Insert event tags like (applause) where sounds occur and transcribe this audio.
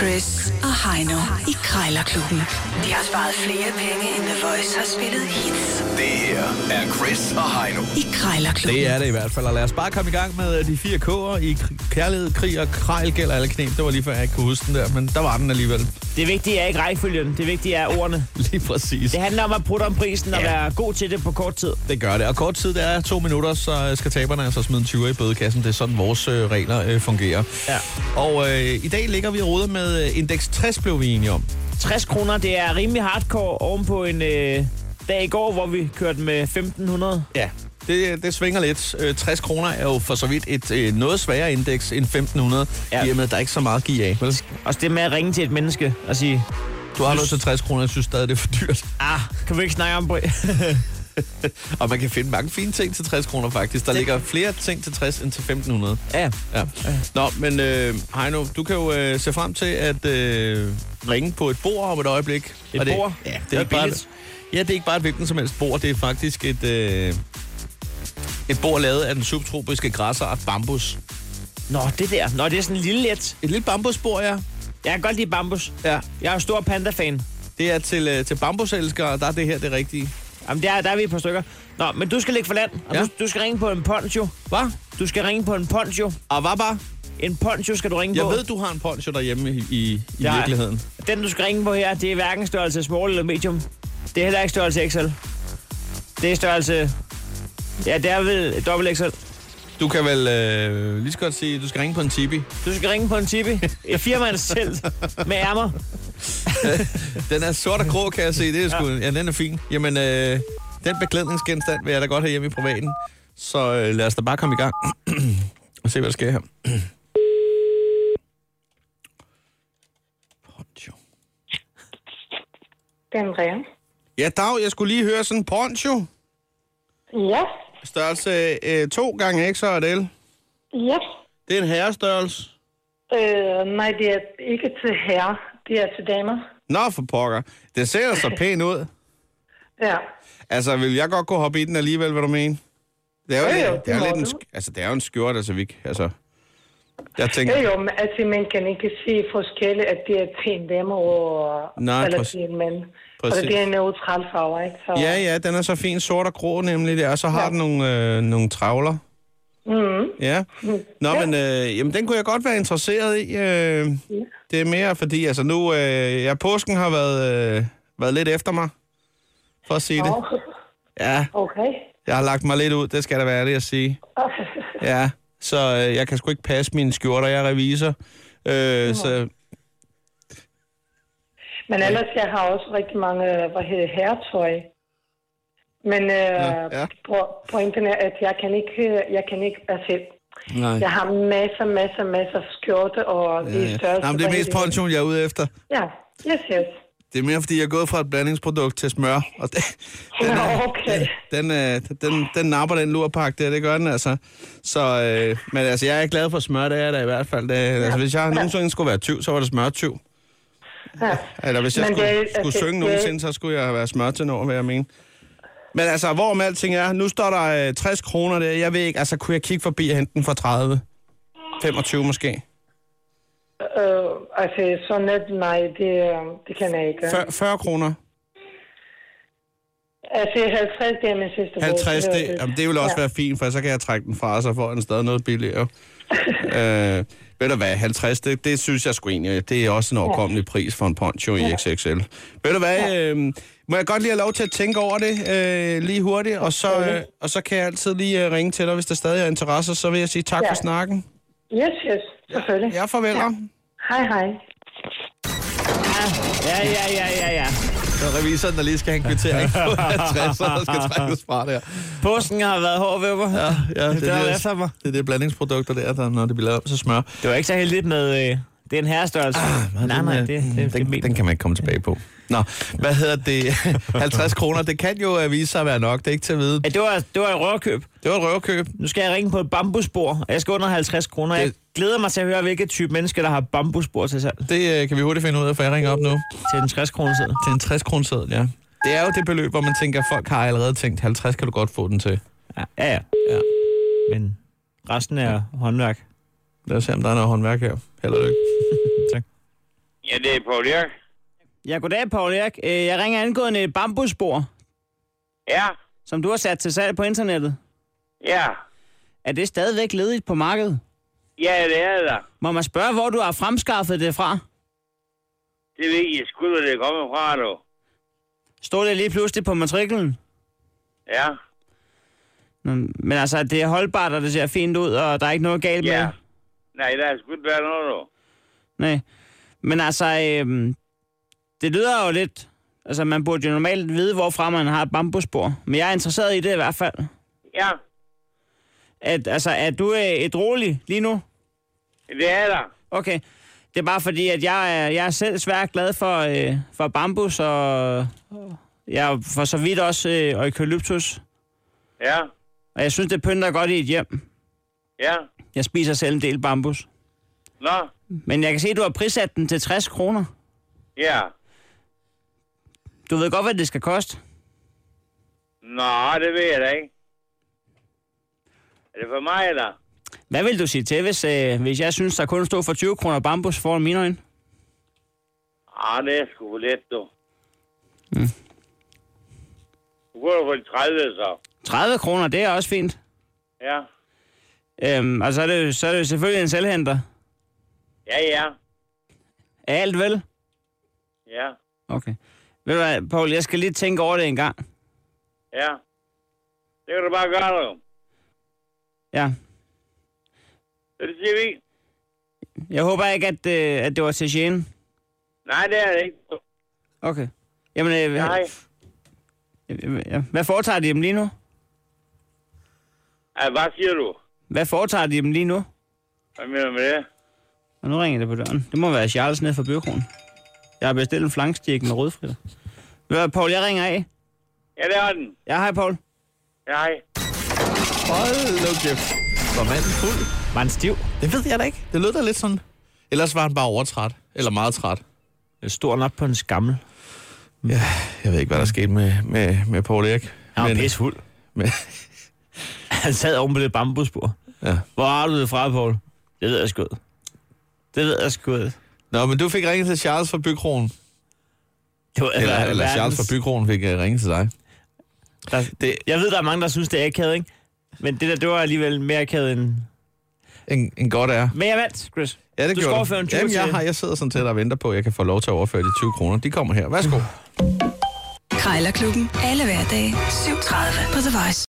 Chris og Heino i Krejlerklubben. De har sparet flere penge, end The Voice har spillet hits Det her er Chris og Heino. i Krejlerklubben. Det er det i hvert fald, og lad os bare komme i gang med øh, de fire K'er i k- kærlighed, krig og krejl gælder alle knep. Det var lige før, jeg ikke kunne huske den der, men der var den alligevel. (laughs) Det vigtige er ikke rækkefølgen, det vigtige er ordene. Lige præcis. Det handler om at putte om prisen og Ja. være god til det på kort tid. Det gør det, og kort tid, det er to minutter, så skal taberne altså smide en 20 i bødekassen. Det er sådan, vores øh, regler øh, fungerer. Ja. Og øh, i dag ligger vi rodet med øh, indeks 60, blev vi enige om. 60 kroner, det er rimelig hardcore ovenpå en øh, dag i går, hvor vi kørte med 1500. Ja. Det, det svinger lidt. Øh, 60 kroner er jo for så vidt et øh, noget sværere indeks end 1500, ja. Ja. i og med, at der er ikke så meget at give af. Vel? Også det med at ringe til et menneske og sige, Du har noget til 60 kroner, jeg synes stadig, det er for dyrt. ah, kan vi ikke snakke om det? (laughs) Og man kan finde mange fine ting til 60 kroner faktisk. Der det... ligger flere ting til 60 end til 1500. ja, Ja. Nå, men øh, Heino, du kan jo øh, se frem til at øh, ringe på et bord om et øjeblik. Et det, bord? Ja, det Det er, er ikke bare, billigt. ja, det er ikke bare et hvilken som helst bord. Det er faktisk et, øh, et bord lavet af den subtropiske græsart bambus. Nå, det der. Nå, det er sådan en lille let. Et lille bambusbord, ja. Jeg kan godt lide bambus. ja. Jeg er jo stor panda-fan. Det er til, øh, til bambuselskere, der er det her det rigtige. Jamen, der, der er vi et par stykker. Nå, men du skal ligge for land, og Ja. ja. du, du, skal ringe på en poncho. Hvad? Du skal ringe på en poncho. Og hvad bare? En poncho skal du ringe Jeg på. ved, du har en poncho derhjemme i, i, i Ja. virkeligheden. Den, du skal ringe på her, det er hverken størrelse small eller medium. Det er heller ikke størrelse XL. Det er størrelse... Ja, det er vel dobbelt XL. Du kan vel øh, lige så godt sige, at du skal ringe på en tibi. Du skal ringe på en tipi. Et firmands telt med ærmer. Den er sort og grå, kan jeg se. Det er sgu, ja. ja, den er fin. Jamen, øh, den beklædningsgenstand vil jeg da godt have hjemme i privaten. Så øh, lad os da bare komme i gang (clears throat) og se, hvad der sker her. poncho. Det er Andrea. Ja, Dag, jeg skulle lige høre sådan en poncho. Ja, Størrelse øh, 2 gange x og et L. ja. Det er en herrestørrelse. Øh, nej, det er ikke til herre. Det er til damer. Nå, for pokker. Den ser så pæn ud. Ja. Altså, vil jeg godt kunne hoppe i den alligevel, hvad du mener? Det er jo, Jo, jo, lidt- det er jo det lidt må en, du. sk- altså, det er jo en skjort, altså, vi, ikke- altså, jeg tænker, Jo, jo, men altså, man kan ikke se forskelle, at det er til en dame og, Nej, eller præcis. til en mand. Præcis. Og det er en neutral farve, ikke? Så, Ja, ja, den er så fin sort og grå nemlig der, og så har ja. den nogle, øh, nogle travler. Mm-hmm. Ja. Nå, ja. men øh, jamen, den kunne jeg godt være interesseret i. Øh, ja. Det er mere fordi, altså nu, øh, ja, påsken har været, øh, været lidt efter mig, for at sige det. Nå, Ja, Okay. (laughs) jeg har lagt mig lidt ud, det skal da være det at sige. Ja, så øh, jeg kan sgu ikke passe mine skjorter, jeg er revisor. Øh, så, Men ellers, jeg har også rigtig mange, hvad hedder herretøj. Men øh, Ja, ja. ja. pointen er, at jeg kan ikke, øh, jeg kan ikke, altså, nej. jeg har masser, masser, masser af skjorte og ja, ja. størrelse. Nej, men det er hvad mest hedder pension, jeg er ude efter. Ja, yes, yes. Det er mere, fordi jeg er gået fra et blandingsprodukt til smør, og det, den, Nå, er- (laughs) okay. den, øh, den, den napper den lurpak der, det gør den altså. Så, øh, men altså, jeg er glad for smør, det er jeg da i hvert fald. Det, altså, hvis jeg nogensinde skulle være tyv, så var det smørtyv. Ja. Eller hvis jeg Men det skulle, er- det, altså, skulle synge det er- nogensinde, så skulle jeg være smør til noget, hvad jeg mener. Men altså, hvorom alting er, nu står der øh, 60 kroner der, jeg ved ikke, altså kunne jeg kigge forbi og hente den for 30? 25 måske? Øh, altså, sådan et nej, det, øh, det kan jeg ikke. 40, 40 kroner? Altså, 50, det er min sidste 50, bog. det, jamen, det vil også ja. være fint, for så kan jeg trække den fra, og så får jeg den stadig noget (laughs) billigere. øh, ved du hvad, 50, det, det synes jeg sgu egentlig, det er også en overkommelig pris for en poncho i XXL. Ved du hvad, øh, må jeg godt lige have lov til at tænke over det øh, lige hurtigt, og så, øh, og så kan jeg altid lige øh, ringe til dig, hvis der stadig er interesse, så vil jeg sige tak ja. Ja. for snakken. Yes, yes, selvfølgelig. Jeg farveler. Ja. Hej, hej. Ja, ja, ja, ja, ja. Så revisoren, der lige skal have en kvittering på (laughs) 50, der skal trækkes fra der. Påsken har været hård ved mig. Ja. Ja, det, Der er er masser af det, mig. det er det blandingsprodukter der, der, når det bliver lavet til smør. Det var ikke så heldigt med... Øh, det er en herrestørrelse. Ah, nej, den, nej, øh, det, det, det, den, det, den kan man ikke komme tilbage på. Nå, hvad hedder (laughs) det? 50 kroner, det kan jo øh, vise sig at være nok, det er ikke til at vide. Ja, det, var, det var et rørkøb. Det var et røverkøb. Nu skal jeg ringe på et bambusbord, og jeg skal under 50 kroner. Jeg Det- glæder mig til at høre, hvilke type mennesker, der har bambusbord til salg Det øh, kan vi hurtigt finde ud af, for jeg ringer op nu. til en 60 kroner side. Til en 60 kroner seddel, ja. Det er jo det beløb, hvor man tænker, folk har allerede tænkt, 50 kan du godt få den til. Ja, ja, ja. Ja. Men resten er håndværk. Lad os se, om der er noget håndværk her. Held og lykke. (laughs) Tak. Ja, det er Paul Jørg. Ja, goddag, Paul Erik. Øh, Jeg ringer angående et bambusspor, Ja, som du har sat til salg på internettet. ja. Er det stadigvæk ledigt på markedet? Ja, det er der. Må man spørge, hvor du har fremskaffet det fra? Det ved jeg sgu, hvor det kommer fra, du. Stod det lige pludselig på matriklen? Ja, Nå, Men altså, det er holdbart, og det ser fint ud, og der er ikke noget galt med ja. det. Nej, der er sgu ikke været noget, du. Nej. Men altså, øhm, det lyder jo lidt... Altså, man burde jo normalt vide, hvorfra man har et bambusspor. Men jeg er interesseret i det i hvert fald. Ja, At, altså, er du øh, et rolig lige nu? det er der. Okay. Det er bare fordi, at jeg er, jeg er selv svært glad for, øh, for bambus, og jeg er for så vidt også øh, eukalyptus. Ja, Og jeg synes, det pynter godt i et hjem. ja. Jeg spiser selv en del bambus. Nå, Men jeg kan se, at du har prissat den til 60 kroner. ja. Du ved godt, hvad det skal koste. Nå, det ved jeg da ikke. Er det for mig, eller? Hvad vil du sige til, hvis, øh, hvis jeg synes, der kun stod for 20 kroner bambus foran mine øjne? Ah, det er sgu for lidt, du. Mm. Du kunne jo få de 30, så. 30 kroner, det er også fint. Ja, Øhm, og så er, det, så er det jo selvfølgelig en selvhenter. ja, ja. Er alt vel? Ja, Okay. Ved du hvad, Paul, jeg skal lige tænke over det en gang. ja. Det kan du bare gøre, du. Ja. Det siger vi. Jeg håber ikke, at, øh, at det var til gene. Nej, det er det ikke. du. Okay. Jamen, øh, Nej. øh, ja. hvad foretager de dem lige nu? Ej, hvad siger du? Hvad foretager de dem lige nu? Hvad mener du med det? Og nu ringer det på døren. Det må være Charles nede fra byråen. Jeg har bestilt en flankstjek med rødfritter. Ved du hvad, Paul, jeg ringer af. Ja, det er den. Ja, hej, Paul. Ja, hej. Hold nu kæft. Var manden fuld? Var en stiv? Det ved jeg da ikke. Det lød da lidt sådan. Ellers var han bare overtræt. Eller meget træt. Øh, Stor nok på en skammel. Jeg ved ikke, hvad der skete med, med, med Paul Erik. men, pissefuld. men, (laughs) Han sad oven på det bambusbord. Ja. Hvor har du det fra, Paul? Det ved jeg sgu. ikke. Det ved jeg sgu. ikke. Nå, men du fik ringet til Charles fra Bykronen. Det var, Eller, altså, eller Charles verdens- fra Bykronen fik uh, ringet til dig. Der, det, Det- jeg ved, der er mange, der synes, det er akavet, ikke? Men det der, det var alligevel mere akavet end... En, en godt er. Men jeg vandt, Chris. Ja, det du gjorde skal overføre en 20 Jamen, jeg, til- har, jeg sidder sådan set og venter på, at jeg kan få lov til at overføre de 20 kroner. De kommer her. Værsgo. Krejlerklubben. Alle hverdage. 7.30 på The Voice.